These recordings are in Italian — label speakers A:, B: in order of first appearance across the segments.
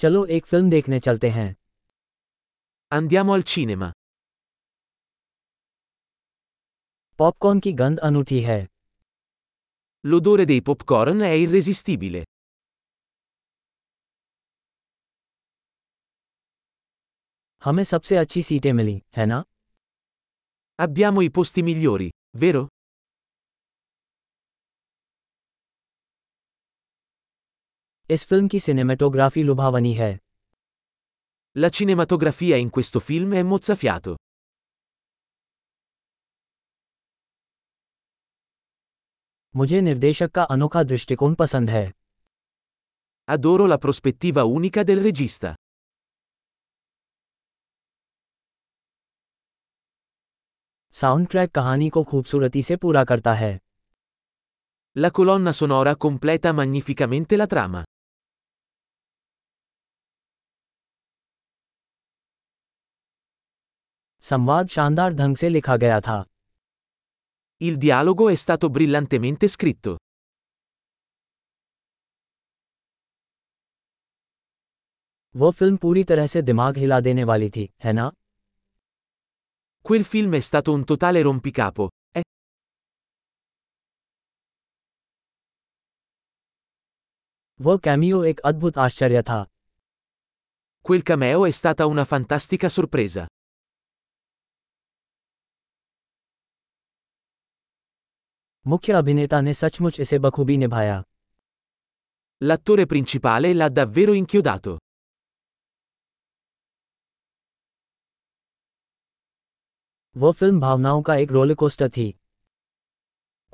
A: चलो एक फिल्म देखने चलते हैं
B: Andiamo al cinema.
A: पॉपकॉर्न की गंध अनूठी है
B: L'odore dei popcorn è irresistibile.
A: हमें सबसे अच्छी सीटें मिली है ना
B: Abbiamo i posti migliori, vero?
A: इस फिल्म की सिनेमेटोग्राफी लुभावनी है
B: La cinematografia in questo film è mozzafiato.
A: मुझे निर्देशक का अनोखा दृष्टिकोण पसंद है
B: Adoro la prospettiva unica del regista.
A: Soundtrack कहानी को खूबसूरती से पूरा करता है
B: La colonna sonora completa magnificamente la trama.
A: संवाद शानदार ढंग से लिखा गया था
B: Il dialogo è stato brillantemente scritto.
A: वो फिल्म पूरी तरह से दिमाग हिला देने वाली थी है ना
B: Quel film è stato un totale rompicapo. eh?
A: वो कैमियो एक अद्भुत आश्चर्य था
B: Quel cameo è stata una fantastica sorpresa.
A: मुख्य अभिनेता ने सचमुच इसे बखूबी निभाया
B: L'attore principale l'ha davvero inchiodato.
A: वो फिल्म भावनाओं का एक रोलकोस्टर थी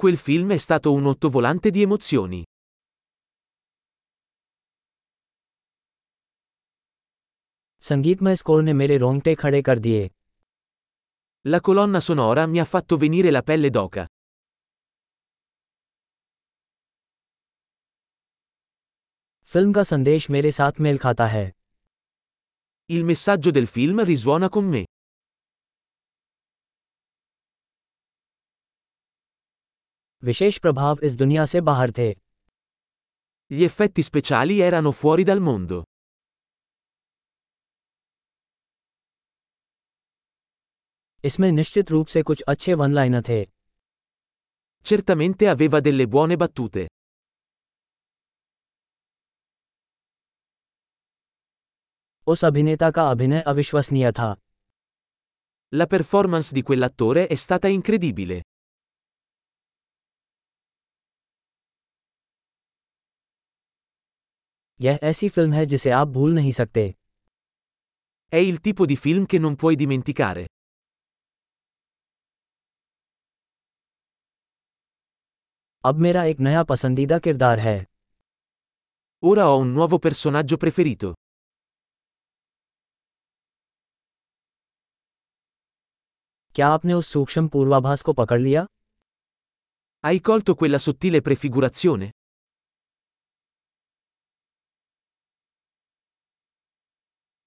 B: Quel film è stato un ottovolante di emozioni.
A: संगीतमय स्कोर ने मेरे रोंगटे खड़े कर दिए
B: La colonna sonora mi ha fatto venire la pelle d'oca.
A: Film का संदेश मेरे साथ मेल खाता है
B: Il messaggio del film risuona con me.
A: विशेष प्रभाव इस दुनिया से बाहर थे
B: Gli effetti speciali erano fuori dal mondo.
A: इसमें निश्चित रूप से कुछ अच्छे वन लाइनर थे
B: Certamente aveva delle buone battute.
A: उस अभिनेता का अभिनय अविश्वसनीय था
B: La performance di quell'attore è stata incredibile.
A: यह ऐसी फिल्म है जिसे आप भूल नहीं सकते
B: È il tipo di film che non puoi dimenticare.
A: अब मेरा एक नया पसंदीदा किरदार है
B: Ora ho un nuovo personaggio preferito.
A: क्या आपने उस सूक्ष्म पूर्वाभास को पकड़ लिया
B: Hai colto quella sottile prefigurazione?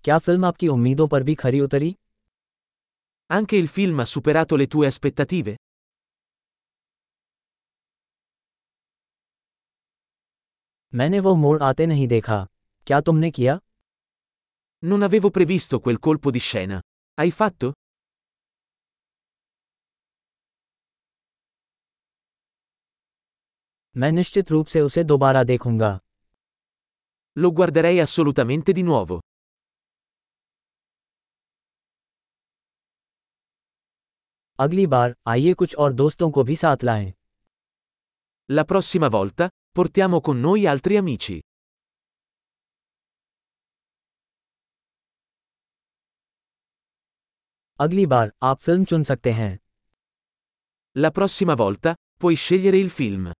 A: क्या फिल्म आपकी उम्मीदों पर भी खरी उतरी
B: Anche il film ha superato le tue aspettative?
A: मैंने वो मोड़ आते नहीं देखा क्या तुमने किया
B: Non avevo previsto quel colpo di scena. Hai fatto?
A: मैं निश्चित रूप से उसे दोबारा देखूंगा
B: Lo guarderei assolutamente di nuovo.
A: अगली बार आइए कुछ और दोस्तों को भी साथ लाएं
B: La prossima volta, portiamo con noi altri amici.
A: अगली बार आप फिल्म चुन सकते हैं
B: La prossima volta, puoi scegliere il film.